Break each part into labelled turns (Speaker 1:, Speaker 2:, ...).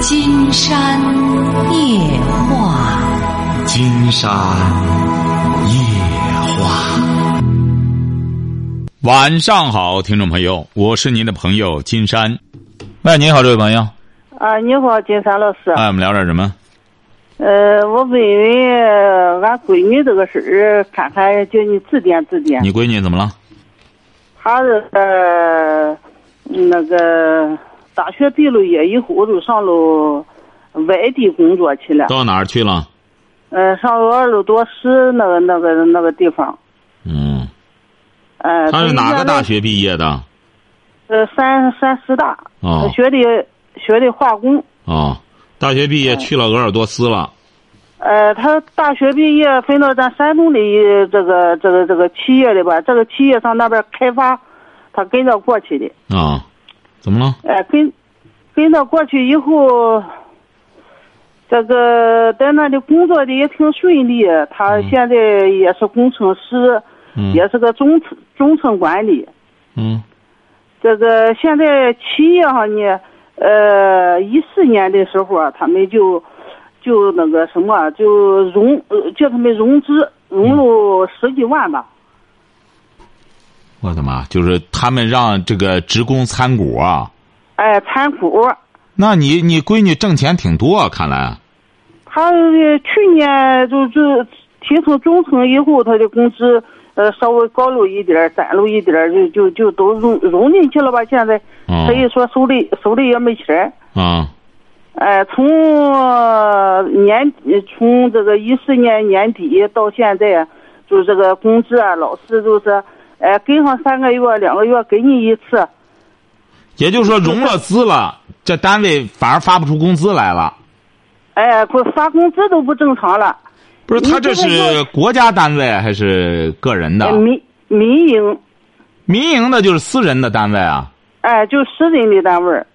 Speaker 1: 金山夜话。
Speaker 2: 金山夜话。晚上好，听众朋友，我是您的朋友金山。喂，你好，这位朋友，
Speaker 3: 啊，你好，金山老师。
Speaker 2: 哎，我们聊点什么？
Speaker 3: 呃，我问问俺闺女这个事儿，看看叫你指点指点。
Speaker 2: 你闺女怎么了？
Speaker 3: 她是呃那个大学毕了业以后，就上了外地工作去了。
Speaker 2: 到哪儿去了？
Speaker 3: 呃，上了二十多市那个那个那个地方。
Speaker 2: 嗯，
Speaker 3: 呃，
Speaker 2: 她是哪个大
Speaker 3: 学？
Speaker 2: 学毕业的？
Speaker 3: 呃，山山师大。
Speaker 2: 哦
Speaker 3: 学的学的化工。
Speaker 2: 哦，大学毕业去了鄂尔多斯了。
Speaker 3: 呃，他大学毕业分到咱山东的一这个这个这个企业里吧，这个企业上那边开发，他跟着过去的。
Speaker 2: 啊、怎么了？
Speaker 3: 哎，跟跟着过去以后，这个在那里工作的也挺顺利。他现在也是工程师，
Speaker 2: 嗯
Speaker 3: 也是个中层中层管理。
Speaker 2: 嗯
Speaker 3: 这个现在企业上呢，呃，一四年的时候啊，他们就就那个什么啊，就融呃叫他们融资，融了十几万吧。
Speaker 2: 我的妈！就是他们让这个职工参股啊。
Speaker 3: 哎，参股，
Speaker 2: 那你你闺女挣钱挺多啊，看来。
Speaker 3: 他呃去年就就提成中层以后，他的工资呃稍微高了一点儿，攒了一点儿，就就就都融融进去了吧。现在
Speaker 2: 哦
Speaker 3: 可以说手里手里也没钱儿。
Speaker 2: 啊、
Speaker 3: 呃，从呃年呃从这个一四年年底到现在，就这个工资啊，老师就是，呃，跟上三个月、两个月给你一次，
Speaker 2: 也就是说融了资了，这单位反而发不出工资来了。
Speaker 3: 哎、不发工资都不正常了，
Speaker 2: 不是，
Speaker 3: 你
Speaker 2: 他这
Speaker 3: 这个
Speaker 2: 是国家单位还是个人的
Speaker 3: 呃？民民营，
Speaker 2: 民营的就是私人的单位啊，
Speaker 3: 哎、就私人的单位儿，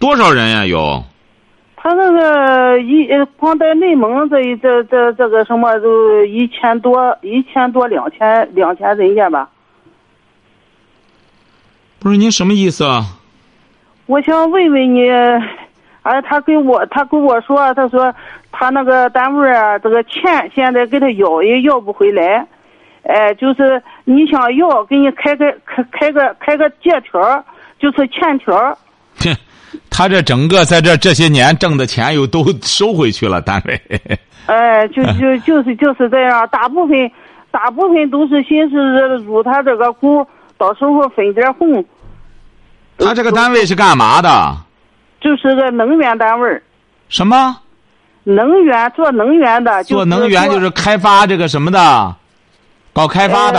Speaker 2: 多少人呀、有？
Speaker 3: 他那个一呃光在内蒙这一这这这个什么都一千多一千多两千两千人家吧，
Speaker 2: 不是您什么意思啊？
Speaker 3: 我想问问你，哎，他跟我，他跟我说，他说他那个单位啊，这个钱现在给他要也要不回来，哎，就是你想要，给你开个开开个开个借条，就是欠条，
Speaker 2: 哼，他这整个在这这些年挣的钱又都收回去了，单 位。
Speaker 3: 哎， 就就就是就是这样，大部分大部分都是心思入他这个股，到时候分点红，
Speaker 2: 他这个单位是干嘛的？
Speaker 3: 就是个能源单位儿，
Speaker 2: 什么
Speaker 3: 能源做能源的，就
Speaker 2: 做能源
Speaker 3: 说
Speaker 2: 就是开发这个什么的，搞开发的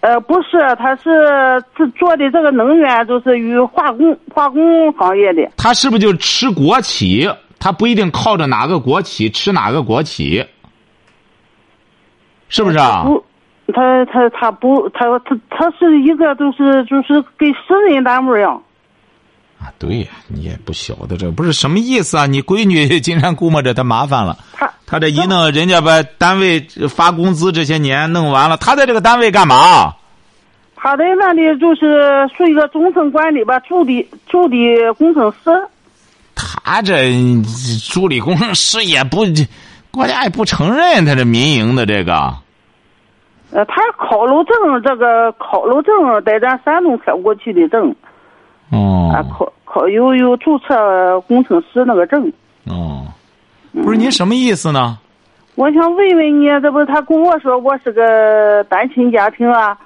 Speaker 3: 呃。呃，不是，他是自做的这个能源，就是与化工化工行业的。
Speaker 2: 他是不是就吃国企？他不一定靠着哪个国企吃哪个国企，是不是啊？
Speaker 3: 不，他他他不，他他他是一个就是就是跟私人单位一样。
Speaker 2: 啊，对呀，你也不晓得这不是什么意思啊！你闺女竟然估摸着她麻烦了，
Speaker 3: 他
Speaker 2: 她这一弄，人家把单位发工资这些年弄完了，她在这个单位干嘛？
Speaker 3: 他在那里就是属于一个中层管理吧，助理助理工程师。
Speaker 2: 她这助理工程师也不，国家也不承认她这民营的这个。
Speaker 3: 呃，他考了证，这个考了证，在咱山东开过去的证啊，
Speaker 2: 哦
Speaker 3: 考考有有注册工程师那个证。
Speaker 2: 哦，不是您什么意思呢？
Speaker 3: 我想问问你，这不他跟我说我是个单亲家庭啊，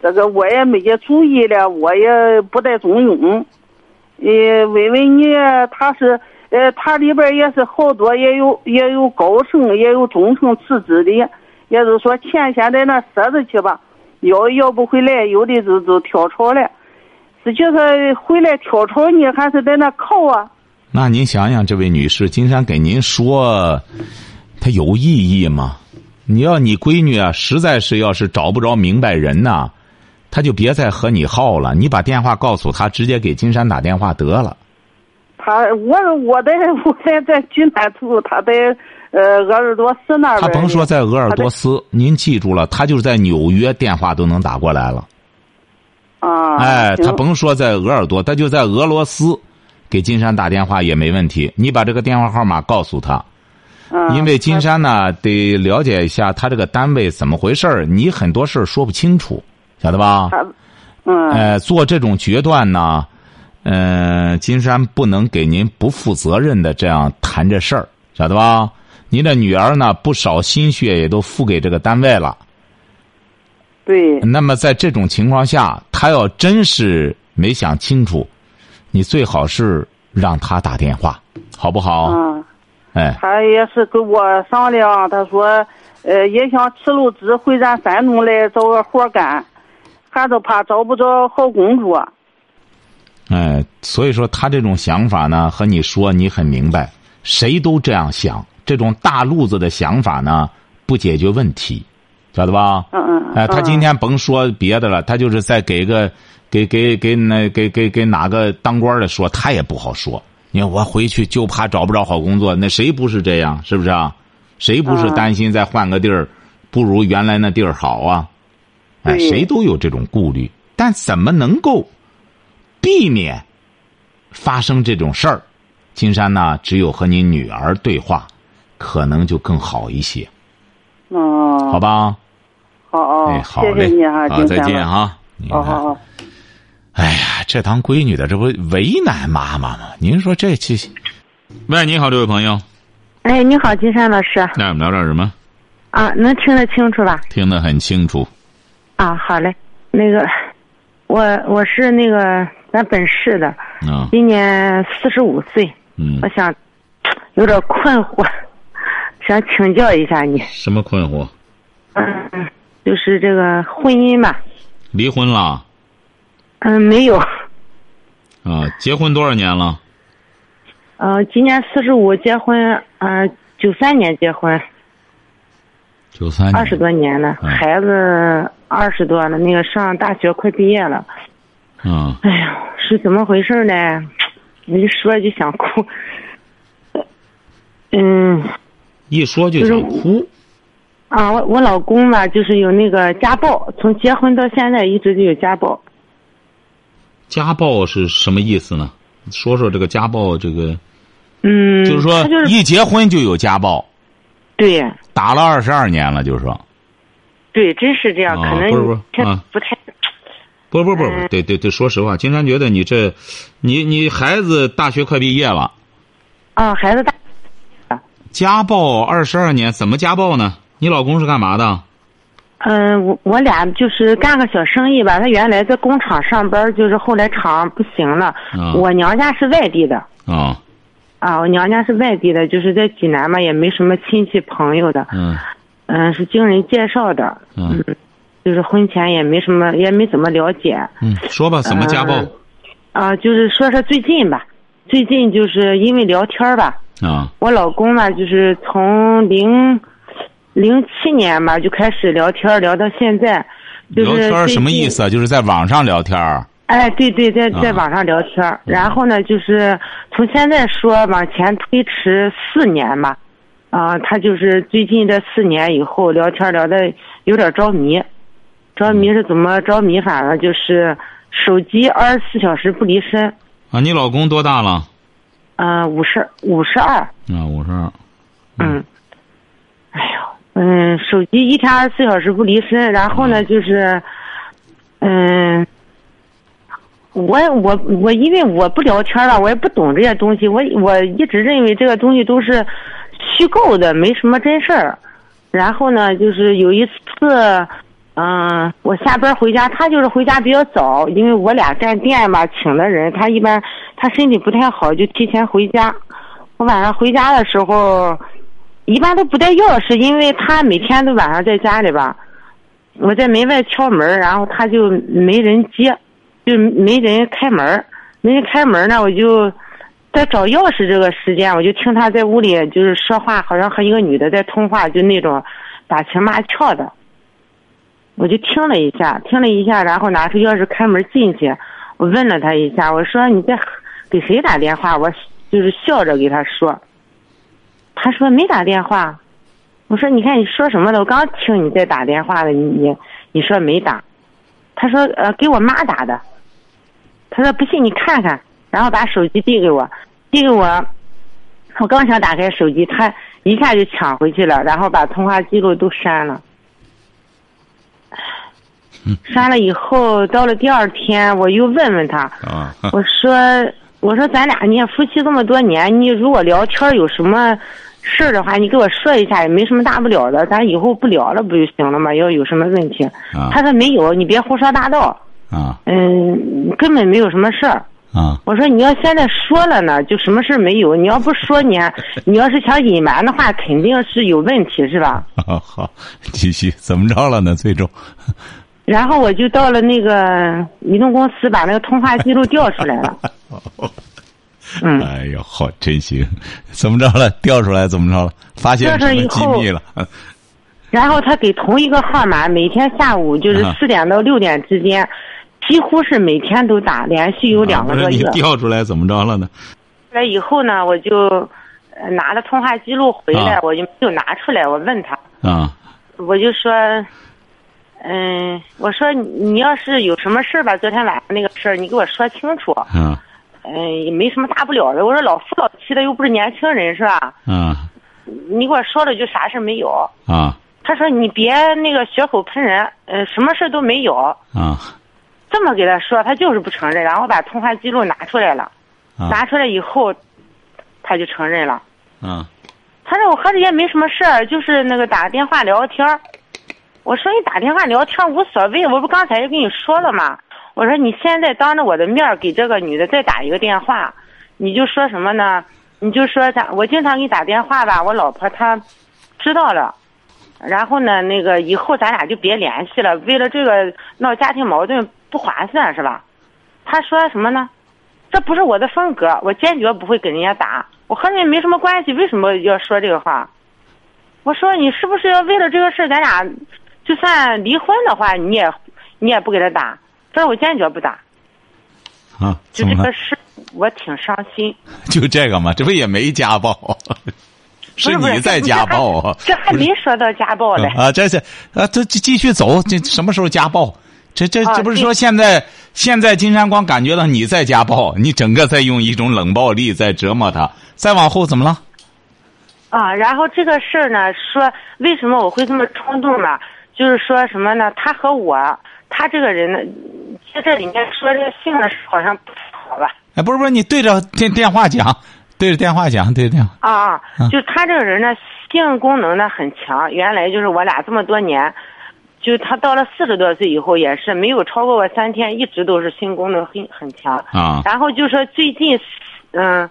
Speaker 3: 这个我也没给注意了，我也不带中庸。呃，问问你，他是呃，他里边也是好多也有也有高层，也有中层辞职的，也就是说钱先在那赊着去吧，要要不回来，有的就就跳槽了。实际上回来跳槽呢，还是在那靠啊。
Speaker 2: 那您想想，这位女士，金山给您说，它有意义吗？你要你闺女啊，实在是要是找不着明白人呐、她就别再和你耗了。你把电话告诉她，直接给金山打电话得了。
Speaker 3: 他我我在我在在济南住，他在呃鄂尔多斯那边。
Speaker 2: 她甭说在鄂尔多斯，您记住了，她就是在纽约，电话都能打过来了。
Speaker 3: 啊，
Speaker 2: 哎，
Speaker 3: 行
Speaker 2: 她甭说在鄂尔多，她就在俄罗斯，给金山打电话也没问题。你把这个电话号码告诉他，
Speaker 3: 嗯，
Speaker 2: 因为金山呢得了解一下他这个单位怎么回事儿，你很多事儿说不清楚，晓得吧？
Speaker 3: 他，嗯，
Speaker 2: 呃，做这种决断呢，呃，金山不能给您不负责任的这样谈这事儿，晓得吧？您的女儿呢，不少心血也都付给这个单位了。
Speaker 3: 对，
Speaker 2: 那么在这种情况下，他要真是没想清楚，你最好是让他打电话，好不好？
Speaker 3: 嗯，
Speaker 2: 哎，
Speaker 3: 他也是跟我商量，他说，呃，也想辞了职回咱山东来找个活儿干，还都怕找不着好工作。
Speaker 2: 哎，所以说他这种想法呢，和你说你很明白，谁都这样想，这种大路子的想法呢，不解决问题，晓得吧？
Speaker 3: 嗯嗯。
Speaker 2: 哎，他
Speaker 3: 嗯
Speaker 2: 今天甭说别的了，他就是再给个给给给那给给给哪个当官的说，他也不好说。你看我回去就怕找不着好工作，那谁不是这样？是不是啊？谁不是
Speaker 3: 嗯
Speaker 2: 担心再换个地儿不如原来那地儿好啊？哎，
Speaker 3: 对
Speaker 2: 谁都有这种顾虑，但怎么能够避免发生这种事儿？金山呢，只有和你女儿对话，可能就更好一些，
Speaker 3: 嗯，
Speaker 2: 好吧？
Speaker 3: 好
Speaker 2: 哎，
Speaker 3: 哦，
Speaker 2: 好
Speaker 3: 谢
Speaker 2: 嘞，
Speaker 3: 谢你哈，
Speaker 2: 好，
Speaker 3: 金
Speaker 2: 再
Speaker 3: 山
Speaker 2: 见
Speaker 3: 老师，
Speaker 2: 哈。你
Speaker 3: 好
Speaker 2: 看，
Speaker 3: 好好。
Speaker 2: 哎呀，这当闺女的，这不为难妈妈吗？您说这这……喂，你好，这位朋友，
Speaker 4: 哎，你好，金山老师
Speaker 2: 那我们聊点什么？
Speaker 4: 啊，能听得清楚吧？
Speaker 2: 听得很清楚。
Speaker 4: 啊，好嘞，那个，我我是那个咱本市的，
Speaker 2: 啊，
Speaker 4: 今年四十五岁，
Speaker 2: 嗯
Speaker 4: 我，想有点困惑，想请教一下你，
Speaker 2: 什么困惑？
Speaker 4: 嗯，就是这个婚姻吧，
Speaker 2: 离婚了
Speaker 4: 嗯，没有，
Speaker 2: 啊？结婚多少年了？
Speaker 4: 呃，今年四十五结婚，呃，九三年结婚，
Speaker 2: 九三
Speaker 4: 二十多年了，
Speaker 2: 嗯
Speaker 4: 孩子二十多了，那个上大学快毕业了。
Speaker 2: 啊，
Speaker 4: 哎呀，是怎么回事呢？我一说就想哭。嗯，
Speaker 2: 一说就想哭。
Speaker 4: 啊，我我老公吧，就是有那个家暴，从结婚到现在一直就有家暴。
Speaker 2: 家暴是什么意思呢？说说这个家暴，这个
Speaker 4: 嗯，
Speaker 2: 就是说
Speaker 4: 他就是
Speaker 2: 一结婚就有家暴，
Speaker 4: 对
Speaker 2: 打了二十二年了，就是说。
Speaker 4: 对，真是这样，
Speaker 2: 啊
Speaker 4: 可能
Speaker 2: 不是不是
Speaker 4: 这
Speaker 2: 啊
Speaker 4: 不太
Speaker 2: 不不不
Speaker 4: 嗯
Speaker 2: 不，对对对，说实话，金山觉得你这，你你孩子大学快毕业了，
Speaker 4: 啊，孩子大
Speaker 2: 家暴二十二年，怎么家暴呢？你老公是干嘛的？
Speaker 4: 嗯，我我俩就是干个小生意吧。他原来在工厂上班，就是后来厂不行了。
Speaker 2: 啊
Speaker 4: 我娘家是外地的
Speaker 2: 啊，
Speaker 4: 啊，我娘家是外地的，就是在济南嘛，也没什么亲戚朋友的。
Speaker 2: 嗯
Speaker 4: 嗯、是经人介绍的，
Speaker 2: 嗯
Speaker 4: 就是婚前也没什么，也没怎么了解
Speaker 2: 嗯，说吧，怎么家暴
Speaker 4: 啊、就是说说最近吧，最近就是因为聊天儿吧，
Speaker 2: 啊？
Speaker 4: 我老公吧，就是从零零七年吧就开始聊天儿，聊到现在，就是
Speaker 2: 聊天儿
Speaker 4: 最
Speaker 2: 什么
Speaker 4: 近
Speaker 2: 意思啊？就是在网上聊天儿
Speaker 4: 哎，对对，在
Speaker 2: 啊
Speaker 4: 在网上聊天儿、然后呢，就是从现在说往前推迟四年吧，啊、他就是最近这四年以后聊天儿聊的有点着迷，着迷是怎么着迷法呢？就是手机二十四小时不离身，
Speaker 2: 啊？你老公多大了？
Speaker 4: 嗯，五十五十二，
Speaker 2: 啊，五十二。
Speaker 4: 嗯，哎呦，嗯，手机一天二十四小时不离身，然后呢就是，嗯，我我我因为我不聊天了，我也不懂这些东西，我我一直认为这个东西都是虚构的，没什么真事儿。然后呢，就是有一次，嗯、我下班回家，他就是回家比较早，因为我俩站店吧，请的人，他一般他身体不太好，就提前回家。我晚上回家的时候，一般都不带钥匙，因为他每天都晚上在家里吧。我在门外敲门，然后他就没人接，就没人开门。没人开门呢，我就在找钥匙这个时间，我就听他在屋里就是说话，好像和一个女的在通话，就那种打情骂俏的。我就听了一下，听了一下，然后拿出钥匙开门进去。我问了他一下，我说你在给谁打电话？我就是笑着给他说。他说没打电话。我说你看你说什么呢？我刚听你在打电话呢，你你你说没打。他说呃给我妈打的。他说不信你看看。然后把手机递给我，递给我，我刚想打开手机，他一下就抢回去了，然后把通话记录都删了。删了以后，到了第二天，我又问问他，
Speaker 2: 啊，
Speaker 4: 我说我说咱俩你也夫妻这么多年，你如果聊天有什么事儿的话，你给我说一下，也没什么大不了的，咱以后不聊了不就行了吗？要有什么问题，
Speaker 2: 啊
Speaker 4: 他说没有，你别胡说八道，
Speaker 2: 啊
Speaker 4: 嗯，根本没有什么事儿。
Speaker 2: 啊
Speaker 4: 我说你要现在说了呢，就什么事儿没有。你要不说你还，你要是想隐瞒的话，肯定是有问题，是吧？
Speaker 2: 啊！好，继续，怎么着了呢？最终
Speaker 4: 然后我就到了那个移动公司，把那个通话记录调出来了。嗯，
Speaker 2: 哎呦，好，真行！怎么着了？调出来怎么着了？发现
Speaker 4: 调出来
Speaker 2: 什么
Speaker 4: 以
Speaker 2: 机
Speaker 4: 后
Speaker 2: 密了？
Speaker 4: 然后他给同一个号码，每天下午就是
Speaker 2: 啊
Speaker 4: 四点到六点之间，几乎是每天都打，连续有两个
Speaker 2: 啊
Speaker 4: 多
Speaker 2: 不是
Speaker 4: 月。
Speaker 2: 你调出来怎么着了呢？
Speaker 4: 出来以后呢，我就呃拿了通话记录回来，
Speaker 2: 啊
Speaker 4: 我就没有拿出来。我问他，
Speaker 2: 啊
Speaker 4: 我就说，嗯，我说你你要是有什么事儿吧，昨天晚上那个事儿，你给我说清楚。
Speaker 2: 啊
Speaker 4: 嗯，也没什么大不了的。我说老夫老妻的，又不是年轻人，是吧？
Speaker 2: 啊
Speaker 4: 你给我说了就啥事儿没有。
Speaker 2: 啊
Speaker 4: 他说你别那个血口喷人，呃，什么事儿都没有。
Speaker 2: 啊
Speaker 4: 这么给他说，他就是不承认，然后把通话记录拿出来了，
Speaker 2: 啊
Speaker 4: 拿出来以后，他就承认了。
Speaker 2: 啊！
Speaker 4: 他说我和人家没什么事儿，就是那个打电话聊天儿。我说你打电话聊天儿无所谓，我不刚才就跟你说了吗？我说你现在当着我的面儿给这个女的再打一个电话，你就说什么呢？你就说她，我经常给你打电话吧，我老婆她知道了。然后呢，那个以后咱俩就别联系了，为了这个闹家庭矛盾不划算是吧？他说什么呢？这不是我的风格，我坚决不会跟人家打，我和人家没什么关系，为什么要说这个话？我说你是不是要为了这个事儿，咱俩就算离婚的话，你也你也不给他打？他说我坚决不打，
Speaker 2: 啊，
Speaker 4: 就
Speaker 2: 怎
Speaker 4: 这
Speaker 2: 么
Speaker 4: 个
Speaker 2: 了？
Speaker 4: 事我挺伤心。
Speaker 2: 就这个嘛，这不也没家暴，
Speaker 4: 不是不是
Speaker 2: 你在家暴啊？
Speaker 4: 这还没说到家暴嘞。
Speaker 2: 啊，这是啊，这继继续走，这什么时候家暴？这这
Speaker 4: 啊
Speaker 2: 这不是
Speaker 4: 对
Speaker 2: 说现在现在金山光感觉到你在家暴，你整个在用一种冷暴力在折磨他。再往后怎么了？嗯
Speaker 4: 啊，然后这个事儿呢，说为什么我会这么冲动呢？就是说什么呢？他和我，他这个人呢，在这里面说这个性的事好像不好吧？
Speaker 2: 哎，不是不是，你对着电电话讲，对着电话讲，对着电话
Speaker 4: 啊
Speaker 2: 嗯，
Speaker 4: 就他这个人呢，性功能呢很强。原来就是我俩这么多年，就他到了四十多岁以后，也是没有超过我三天，一直都是性功能很很强。
Speaker 2: 啊
Speaker 4: 然后就说最近，嗯、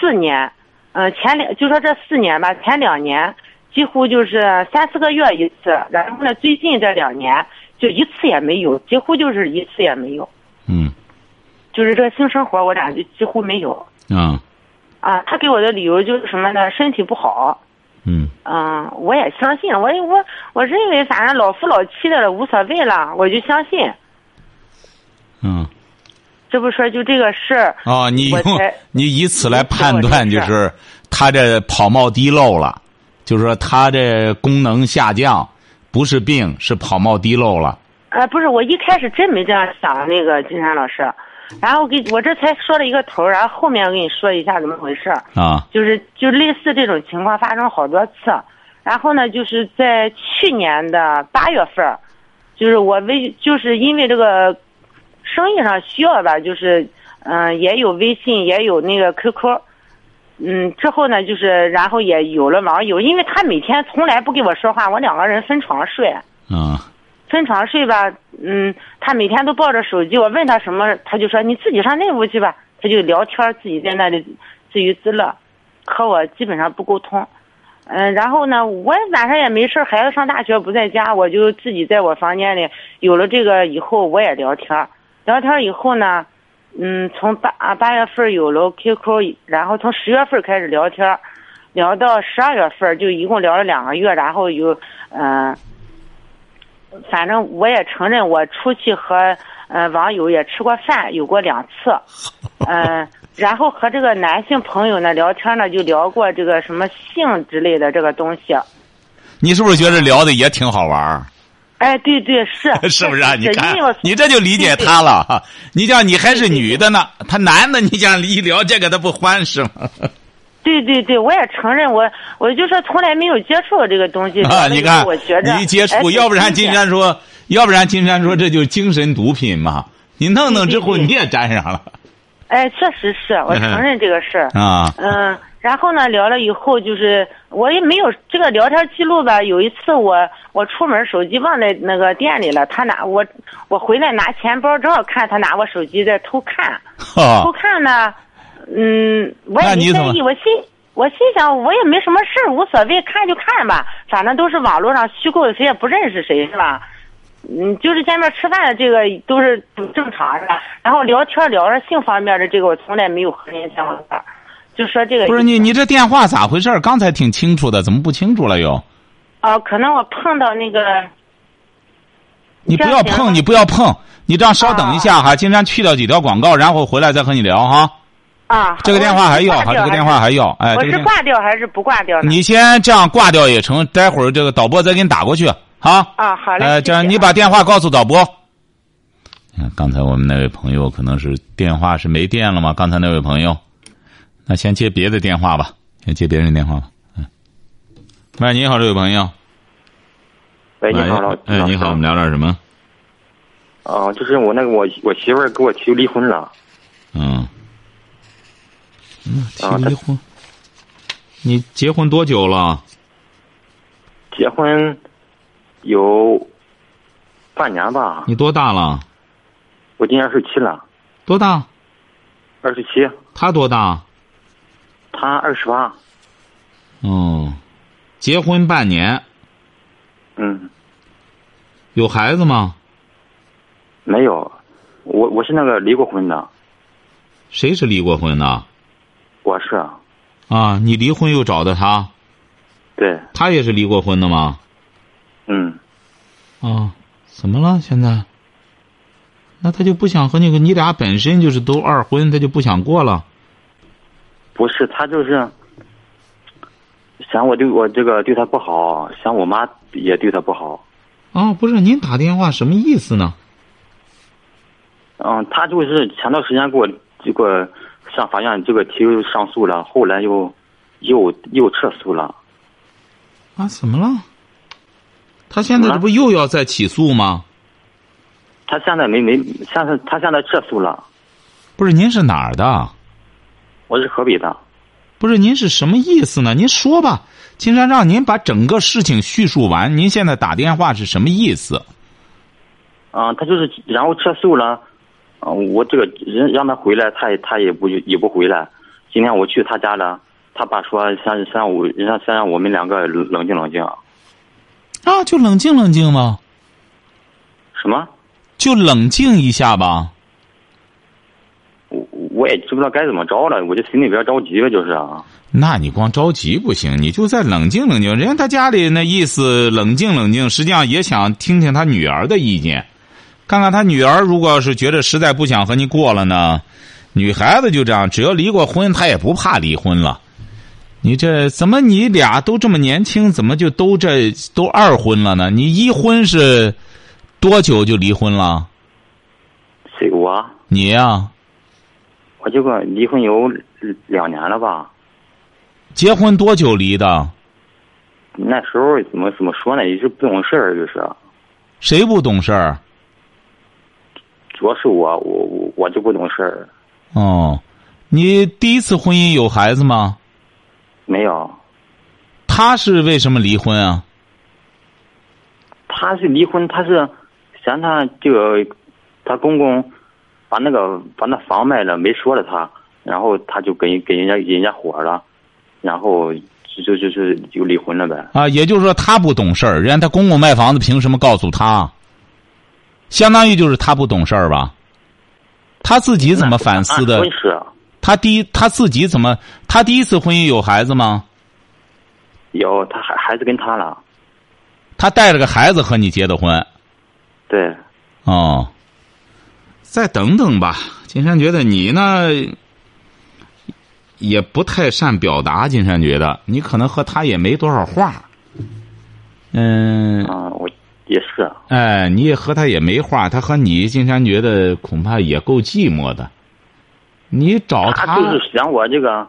Speaker 4: 四年，呃，前两就说这四年吧，前两年几乎就是三四个月一次，然后呢，最近这两年就一次也没有，几乎就是一次也没有，
Speaker 2: 嗯
Speaker 4: 就是这性生活我俩就几乎没有。
Speaker 2: 啊
Speaker 4: 啊，他给我的理由就是什么呢？身体不好。
Speaker 2: 嗯
Speaker 4: 嗯，我也相信，我我我认为反正老夫老妻的了，无所谓了，我就相信。
Speaker 2: 嗯。
Speaker 4: 这不说就这个事儿，
Speaker 2: 哦，你
Speaker 4: 我
Speaker 2: 用
Speaker 4: 才
Speaker 2: 你以此来判
Speaker 4: 我
Speaker 2: 断，
Speaker 4: 才
Speaker 2: 就是他这跑冒滴漏了，就是说他这功能下降，不是病，是跑冒滴漏了。
Speaker 4: 呃，不是，我一开始真没这样想，那个金山老师，然后给我这才说了一个头儿，然后后面我跟你说一下怎么回事儿，
Speaker 2: 啊
Speaker 4: 就是就类似这种情况发生好多次，然后呢，就是在去年的八月份儿，就是我微就是因为这个生意上需要吧，就是嗯、呃也有微信，也有那个 QQ。嗯，之后呢，就是然后也有了网友，因为他每天从来不跟我说话，我两个人分床睡。
Speaker 2: 啊
Speaker 4: 分床睡吧，嗯，他每天都抱着手机，我问他什么，他就说你自己上那屋去吧，他就聊天，自己在那里自娱自乐，和我基本上不沟通。嗯，然后呢，我晚上也没事儿，孩子上大学不在家，我就自己在我房间里。有了这个以后，我也聊天儿，聊天儿以后呢，嗯，从八啊八月份有了 QQ，然后从十月份开始聊天儿，聊到十二月份就一共聊了两个月，然后有嗯。反正我也承认，我出去和呃网友也吃过饭，有过两次，嗯、然后和这个男性朋友呢聊天呢，就聊过这个什么性之类的这个东西，
Speaker 2: 你是不是觉得聊的也挺好玩儿？，
Speaker 4: 哎，对对是
Speaker 2: 是不是啊？你看
Speaker 4: 因为我，
Speaker 2: 你这就理解他了哈。你像你还是女的呢，他男的，你想一聊这个他不欢是吗？
Speaker 4: 对对对，我也承认我，我就说从来没有接触过这个东西。
Speaker 2: 啊，你看
Speaker 4: 我觉，着
Speaker 2: 你一接
Speaker 4: 哎
Speaker 2: 触，要不然
Speaker 4: 挺
Speaker 2: 金
Speaker 4: 新鲜
Speaker 2: 山说，要不然金山说这就是精神毒品嘛。你弄弄之后
Speaker 4: 对对
Speaker 2: 你也沾上 了
Speaker 4: 哎，确实是我
Speaker 2: 嗯
Speaker 4: 承认这个事儿。
Speaker 2: 啊
Speaker 4: 嗯，然后呢，聊了以后就是我也没有这个聊天记录吧。有一次我我出门手机忘在那个店里了，他拿我我回来拿钱包，正好看他拿我手机在偷看，
Speaker 2: 哈
Speaker 4: 偷看呢，嗯，我
Speaker 2: 啊那
Speaker 4: 也
Speaker 2: 你
Speaker 4: 没
Speaker 2: 怎
Speaker 4: 在
Speaker 2: 么
Speaker 4: 意，我心。我心想，我也没什么事儿，无所谓，看就看吧，反正都是网络上虚构的，谁也不认识谁，是吧？嗯，就是见面吃饭这个都是正常是吧？然后聊天聊着性方面的这个，我从来没有和人讲过，就说这个
Speaker 2: 不是
Speaker 4: 意思
Speaker 2: 你你这电话咋回事儿？刚才挺清楚的，怎么不清楚了又？
Speaker 4: 哦，可能我碰到那个
Speaker 2: 你不要
Speaker 4: 这样行啊
Speaker 2: 碰，
Speaker 4: 吗
Speaker 2: 你不要碰，你这样稍等一下哈。金山去掉几条广告，然后回来再和你聊哈。
Speaker 4: 啊，
Speaker 2: 这个电话还要哈，
Speaker 4: 我是挂掉
Speaker 2: 这个电话还要，哎，
Speaker 4: 我
Speaker 2: 这个
Speaker 4: 是
Speaker 2: 电
Speaker 4: 挂掉还是不挂掉呢？
Speaker 2: 你先这样挂掉也成，待会儿这个导播再给你打过去，好。
Speaker 4: 啊，好嘞，
Speaker 2: 呃，
Speaker 4: 谢
Speaker 2: 这样
Speaker 4: 谢
Speaker 2: 你
Speaker 4: 啊
Speaker 2: 把电话告诉导播。嗯刚才我们那位朋友可能是电话是没电了吗？刚才那位朋友，那先接别的电话吧，先接别人电话吧。嗯，喂，你好，这位朋友。
Speaker 5: 喂，你好，老
Speaker 2: 哎，你好，我们聊
Speaker 5: 啊、
Speaker 2: 点什么？
Speaker 5: 哦就是我那个我我媳妇儿跟我提离婚了，
Speaker 2: 嗯。嗯，提
Speaker 5: 啊
Speaker 2: 离婚。你结婚多久了？
Speaker 5: 结婚有半年吧，
Speaker 2: 你多大了？
Speaker 5: 我今年二十七了，
Speaker 2: 多大？
Speaker 5: 二十七，
Speaker 2: 他多大？
Speaker 5: 她二十八，
Speaker 2: 哦，结婚半年，
Speaker 5: 嗯，
Speaker 2: 有孩子吗？
Speaker 5: 没有，我我是那个离过婚的，
Speaker 2: 谁是离过婚的？
Speaker 5: 我是，
Speaker 2: 啊，你离婚又找的他，
Speaker 5: 对，
Speaker 2: 他也是离过婚的吗？
Speaker 5: 嗯，
Speaker 2: 啊，怎么了现在？那他就不想和你，你俩本身就是都二婚，他就不想过了。
Speaker 5: 不是，她就是想我对我这个对她不好，想我妈也对她不好，
Speaker 2: 啊，不是您打电话什么意思呢？
Speaker 5: 嗯，她就是前段时间给我这个上法院这个提上诉了，后来又又又撤诉了。
Speaker 2: 啊，怎么了？他现在
Speaker 5: 怎么了
Speaker 2: 这不又要再起诉吗？
Speaker 5: 他现在没没，现在他现在撤诉了。
Speaker 2: 不是，您是哪儿的？
Speaker 5: 我是河北的，
Speaker 2: 不是您是什么意思呢？您说吧，金山让您把整个事情叙述完。您现在打电话是什么意思？
Speaker 5: 啊、他就是然后撤诉了，啊、我这个人让他回来，他也他也不也不回来。今天我去他家了，他爸说先先让我先先让我们两个冷冷静冷静。
Speaker 2: 啊，就冷静冷静嘛，
Speaker 5: 什么？
Speaker 2: 就冷静一下吧。
Speaker 5: 我我也知不知道该怎么着了，我就心里边着急了，就是啊。
Speaker 2: 那你光着急不行，你就再冷静冷静。人家他家里那意思，冷静冷静，实际上也想听听他女儿的意见，看看他女儿如果要是觉得实在不想和你过了呢，女孩子就这样，只要离过婚，她也不怕离婚了。你这怎么你俩都这么年轻，怎么就都这都二婚了呢？你一婚是多久就离婚了？
Speaker 5: 谁我啊
Speaker 2: 你呀、
Speaker 5: 我这个离婚有两年了吧？
Speaker 2: 结婚多久离的？
Speaker 5: 那时候怎么怎么说呢？也是不懂事儿，就是。
Speaker 2: 谁不懂事儿？
Speaker 5: 主要是我我我我就不懂事儿，
Speaker 2: 哦，你第一次婚姻有孩子吗？
Speaker 5: 没有。
Speaker 2: 他是为什么离婚啊？
Speaker 5: 他是离婚，他是嫌他这个他公公把那个把那房卖了，没说了他，然后他就给给人家给人家火了，然后就就就是就离婚了呗。
Speaker 2: 啊，也就是说他不懂事儿，人家他公公卖房子，凭什么告诉他？相当于就是他不懂事儿吧？他自己怎么反思
Speaker 5: 按
Speaker 2: 的
Speaker 5: 啊婚？事
Speaker 2: 他第一他自己怎么？他第一次婚姻有孩子吗？
Speaker 5: 有，他孩孩子跟他了，
Speaker 2: 他带着个孩子和你结的婚
Speaker 5: 对，
Speaker 2: 哦。再等等吧，金山觉得你呢也不太善表达。金山觉得你可能和他也没多少话。嗯，
Speaker 5: 啊、我也是，
Speaker 2: 哎，你也和他也没话，他和你金山觉得恐怕也够寂寞的。你找哦他，
Speaker 5: 就是嫌我这个，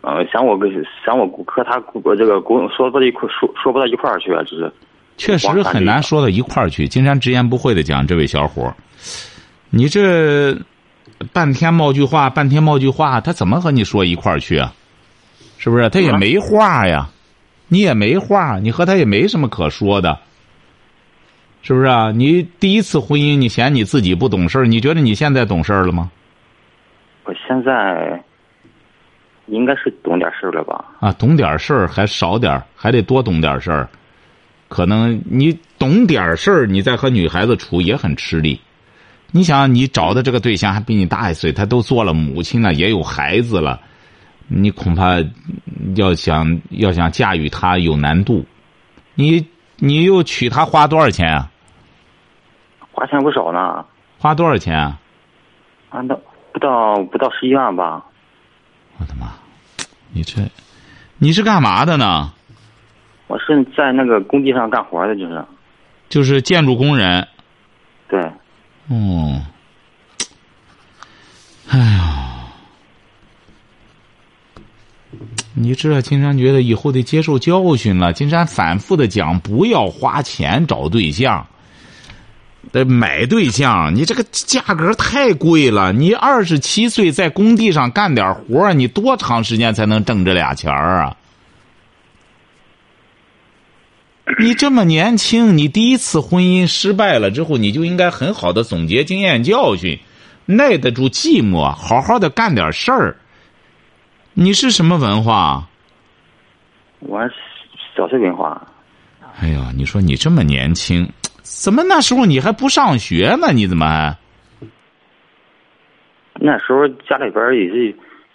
Speaker 5: 呃，嫌我跟嫌我和他我这个工说不到一块说说不到一块儿去，就是
Speaker 2: 确实很难说到一块儿去。金山直言不讳的讲，这位小伙儿，你这半天冒句话，半天冒句话，他怎么和你说一块儿去啊？是不是？他也没话呀，你也没话，你和他也没什么可说的，是不是啊？你第一次婚姻，你嫌你自己不懂事儿，你觉得你现在懂事儿了吗？
Speaker 5: 我现在应该是懂点事儿了吧？
Speaker 2: 啊，懂点事儿还少点儿，还得多懂点事儿。可能你懂点事儿，你再和女孩子处也很吃力。你想，你找的这个对象还比你大一岁，他都做了母亲了，也有孩子了，你恐怕要想要想驾驭他有难度。你你又娶她花多少钱啊？
Speaker 5: 花钱不少呢，
Speaker 2: 花多少钱啊？
Speaker 5: 按到不到不到十一万吧？
Speaker 2: 我的妈！你这你是干嘛的呢？
Speaker 5: 我是在那个工地上干活的，就是，
Speaker 2: 就是建筑工人。
Speaker 5: 对，
Speaker 2: 哦，哎呀，你这金山觉得以后得接受教训了。金山反复的讲，不要花钱找对象，得买对象。你这个价格太贵了。你二十七岁在工地上干点活儿你多长时间才能挣这俩钱儿啊？你这么年轻，你第一次婚姻失败了之后，你就应该很好的总结经验教训，耐得住寂寞，好好的干点事儿。你是什么文化？
Speaker 5: 我是小学文化，
Speaker 2: 哎呀，你说你这么年轻，怎么那时候你还不上学呢？你怎么还？
Speaker 5: 那时候家里边儿也是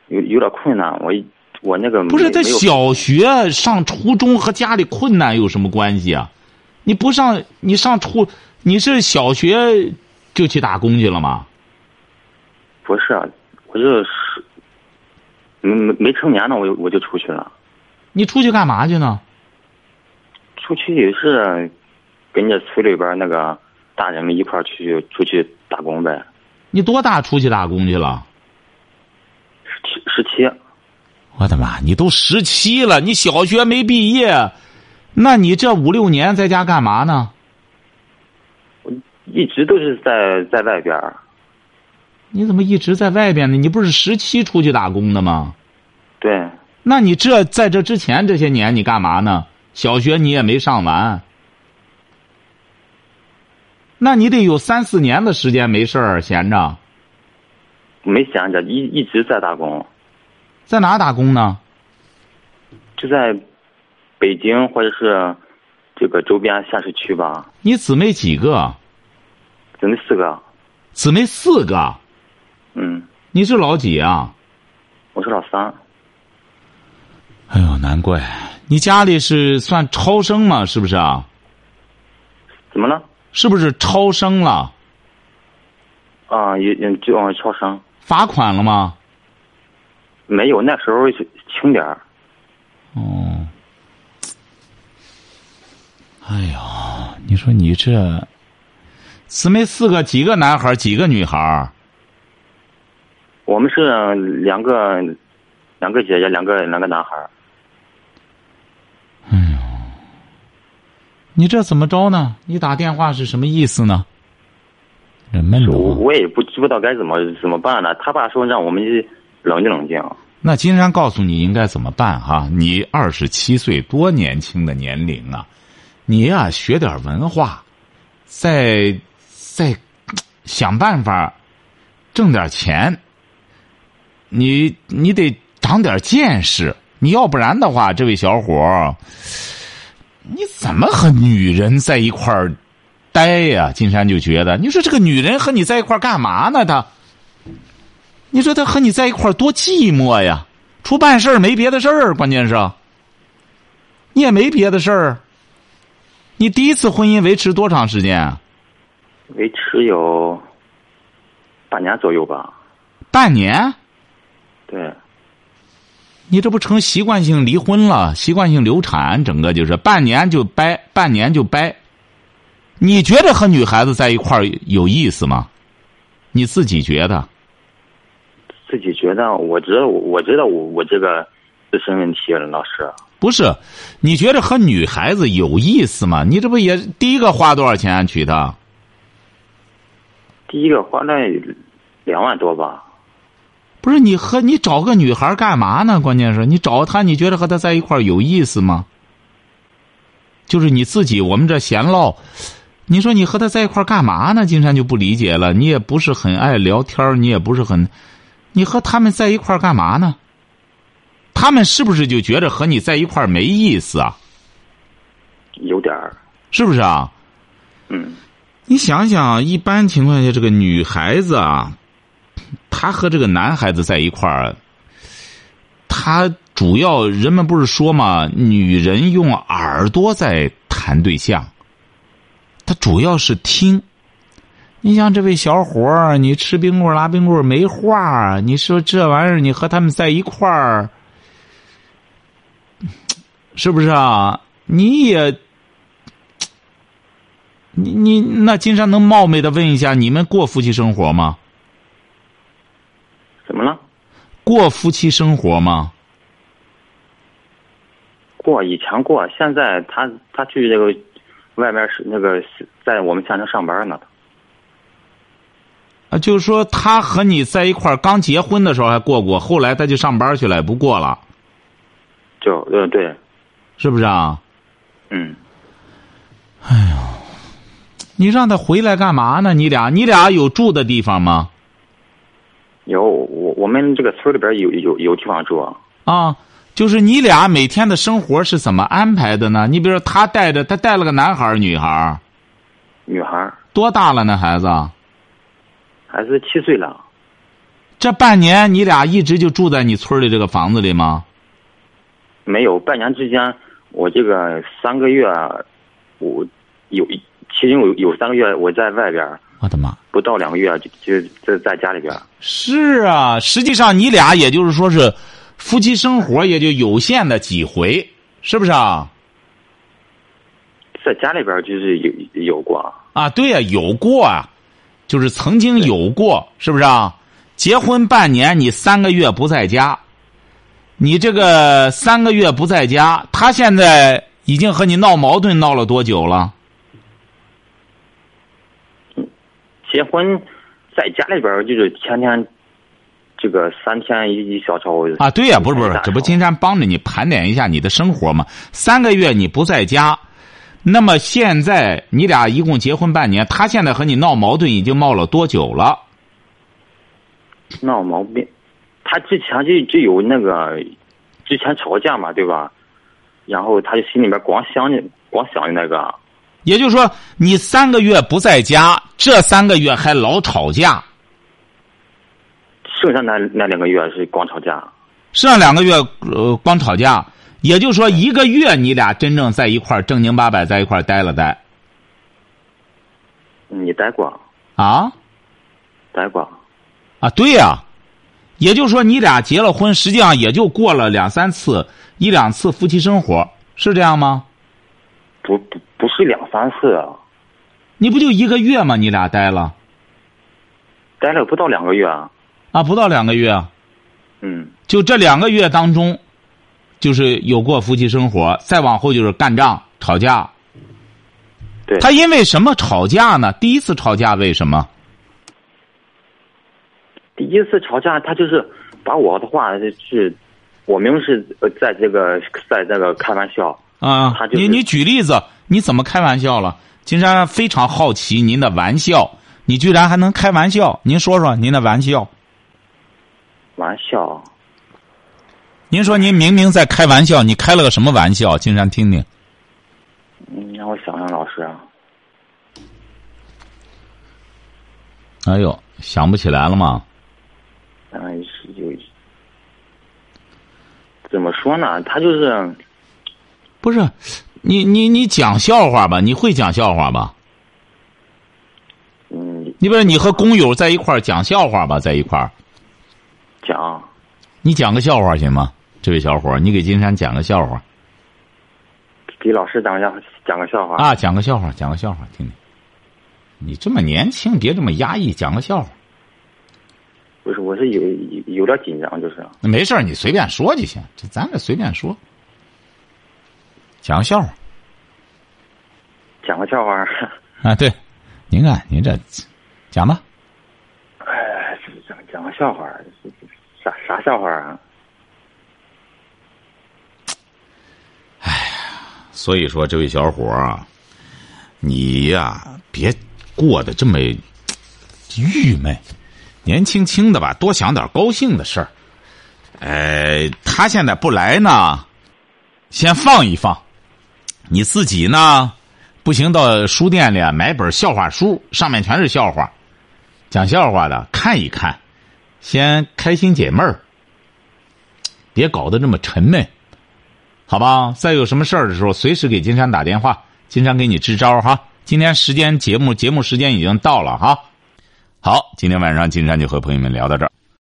Speaker 5: 有有点困难，我一我那个
Speaker 2: 不是
Speaker 5: 没
Speaker 2: 他
Speaker 5: 没有
Speaker 2: 小学上初中和家里困难有什么关系啊？你不上，你上初，你是小学就去打工去了吗？
Speaker 5: 不是，啊我就是没没没成年呢，我就我就出去了，
Speaker 2: 你出去干嘛去呢？
Speaker 5: 出去也是跟着村里边儿那个大人们一块儿去出去打工呗，
Speaker 2: 你多大出去打工去了？
Speaker 5: 十七十七，
Speaker 2: 我的妈！你都十七了，你小学没毕业，那你这五六年在家干嘛呢？
Speaker 5: 一直都是在在外边儿，
Speaker 2: 你怎么一直在外边呢？你不是十七出去打工的吗？
Speaker 5: 对，
Speaker 2: 那你这在这之前这些年你干嘛呢？小学你也没上完，那你得有三四年的时间没事儿闲着，
Speaker 5: 没闲着，一一直在打工，
Speaker 2: 在哪打工呢？
Speaker 5: 就在北京或者是这个周边县市区吧，
Speaker 2: 你姊妹几个？
Speaker 5: 就那四个，
Speaker 2: 姊妹四个，
Speaker 5: 嗯，
Speaker 2: 你是老几啊？
Speaker 5: 我是老三，
Speaker 2: 哎呦，难怪你家里是算超生吗？是不是啊？
Speaker 5: 怎么了？
Speaker 2: 是不是超生了？
Speaker 5: 啊，也也就啊超生，
Speaker 2: 罚款了吗？
Speaker 5: 没有，那时候是轻点儿。
Speaker 2: 哦，哎呦，你说你这姊妹四个，几个男孩儿，几个女孩儿？
Speaker 5: 我们是两个，两个姐姐，两个两个男孩儿。
Speaker 2: 你这怎么着呢？你打电话是什么意思呢？人闷
Speaker 5: 我
Speaker 2: 着。
Speaker 5: 我也不知道该怎么怎么办呢。他爸说让我们冷静冷静。
Speaker 2: 那金山告诉你应该怎么办哈、你二十七岁，多年轻的年龄啊！你呀、学点文化，再再想办法挣点钱。你你得长点见识，你要不然的话，这位小伙儿，你怎么和女人在一块儿待呀、金山就觉得，你说这个女人和你在一块儿干嘛呢？她。你说他和你在一块儿多寂寞呀！除办事儿没别的事儿，关键是，你也没别的事儿。你第一次婚姻维持多长时间啊？
Speaker 5: 维持有半年左右吧。
Speaker 2: 半年？
Speaker 5: 对，
Speaker 2: 你这不成习惯性离婚了？习惯性流产，整个就是半年就掰，半年就掰。你觉得和女孩子在一块儿有意思吗？你自己觉得？
Speaker 5: 自己觉得我知道我我知道我我这个自身问题了，老师。
Speaker 2: 不是，你觉得和女孩子有意思吗？你这不也第一个花多少钱娶她？
Speaker 5: 第一个花了两万多吧，
Speaker 2: 不是你和你找个女孩干嘛呢？关键是你找她，你觉得和她在一块儿有意思吗？就是你自己，我们这闲唠，你说你和她在一块儿干嘛呢？金山就不理解了，你也不是很爱聊天儿，你也不是很，你和他们在一块儿干嘛呢？他们是不是就觉着和你在一块儿没意思啊？
Speaker 5: 有点儿，
Speaker 2: 是不是啊？
Speaker 5: 嗯，
Speaker 2: 你想想，一般情况下，这个女孩子啊，她和这个男孩子在一块儿，她主要人们不是说嘛，女人用耳朵在谈对象，她主要是听。你像这位小伙儿，你吃冰棍儿拉冰棍儿没话儿，你说这玩意儿，你和他们在一块儿，是不是啊？你也你你那金山能冒昧的问一下，你们过夫妻生活吗？
Speaker 5: 怎么了？
Speaker 2: 过夫妻生活吗？
Speaker 5: 过以前过，现在他他去那个外面是那个在我们县城上班呢。
Speaker 2: 啊，就是说他和你在一块儿刚结婚的时候还过过，后来他就上班去了，也不过了，
Speaker 5: 就呃对，
Speaker 2: 是不是啊？
Speaker 5: 嗯，
Speaker 2: 你让他回来干嘛呢？你俩你俩有住的地方吗？
Speaker 5: 有我我们这个村里边有有有地方住啊，
Speaker 2: 啊，就是你俩每天的生活是怎么安排的呢？你比如说他带着他带了个男孩儿女孩儿
Speaker 5: 女孩儿
Speaker 2: 多大了呢？孩子，
Speaker 5: 孩子七岁了，
Speaker 2: 这半年你俩一直就住在你村儿里这个房子里吗？
Speaker 5: 没有半年之间，我这个三个月，我有其中有有三个月我在外边，
Speaker 2: 我的妈！
Speaker 5: 不到两个月就就就在家里边。
Speaker 2: 是啊，实际上你俩也就是说是夫妻生活也就有限的几回，是不是啊？
Speaker 5: 在家里边就是有有过，
Speaker 2: 啊，对呀、有过啊，就是曾经有过，是不是啊？结婚半年，你三个月不在家，你这个三个月不在家，他现在已经和你闹矛盾闹了多久了？
Speaker 5: 结婚在家里边就是天天，这个三天一一小吵
Speaker 2: 啊，对呀、不是不是，这不金山帮着你盘点一下你的生活嘛。三个月你不在家，那么现在你俩一共结婚半年，他现在和你闹矛盾已经闹了多久了？
Speaker 5: 闹毛病，他之前就就有那个之前吵架嘛，对吧？然后他就心里边光想着光想着那个，
Speaker 2: 也就是说，你三个月不在家，这三个月还老吵架，
Speaker 5: 剩下那那两个月是光吵架，
Speaker 2: 剩两个月呃光吵架，也就是说一个月你俩真正在一块儿正经八百在一块儿待了待
Speaker 5: 你待过
Speaker 2: 啊
Speaker 5: 待过，
Speaker 2: 啊，对呀、也就是说你俩结了婚，实际上也就过了两三次一两次夫妻生活，是这样吗？
Speaker 5: 不不不是两三次啊，
Speaker 2: 你不就一个月吗？你俩待了
Speaker 5: 待了不到两个月，
Speaker 2: 啊，不到两个月，
Speaker 5: 嗯，
Speaker 2: 就这两个月当中，就是有过夫妻生活，再往后就是干仗、吵架。
Speaker 5: 对，
Speaker 2: 他因为什么吵架呢？第一次吵架为什么？
Speaker 5: 第一次吵架，他就是把我的话就是，我明明是呃在这个在这个开玩笑，
Speaker 2: 啊
Speaker 5: 他，就是
Speaker 2: 你你举例子，你怎么开玩笑了？金山非常好奇您的玩笑，你居然还能开玩笑？您说说您的玩笑。
Speaker 5: 玩笑，
Speaker 2: 您说您明明在开玩笑，你开了个什么玩笑？金山听听。
Speaker 5: 嗯，让我想想，老师，啊
Speaker 2: 哎呦，想不起来了吗？
Speaker 5: 嗯，是有，怎么说呢？他就是
Speaker 2: 不是，你你你讲笑话吧，你会讲笑话吧？
Speaker 5: 嗯
Speaker 2: 你不是你和工友在一块儿讲笑话吧，在一块儿，
Speaker 5: 讲，
Speaker 2: 你讲个笑话行吗？这位小伙儿，你给金山讲个笑话
Speaker 5: 给老师讲一下讲个笑话
Speaker 2: 啊啊，讲个笑话，讲个笑话，听听。你这么年轻，别这么压抑，讲个笑话。
Speaker 5: 不是，我是有有有点紧张，就是
Speaker 2: 那没事儿，你随便说就行，这咱这随便说，讲个笑话
Speaker 5: 讲个笑话儿。
Speaker 2: 啊。对，您看您这讲吧，
Speaker 5: 哎，讲讲个笑话儿，这这啥啥笑话儿啊？
Speaker 2: 所以说，这位小伙儿啊，你呀、别过得这么郁闷，年轻轻的吧，多想点高兴的事儿。哎，他现在不来呢，先放一放。你自己呢，不行到书店里啊买本笑话书，上面全是笑话，讲笑话的看一看，先开心解闷儿，别搞得这么沉闷。好吧，再有什么事儿的时候，随时给金山打电话，金山给你支招哈。今天时间节目节目时间已经到了哈，好，今天晚上金山就和朋友们聊到这儿。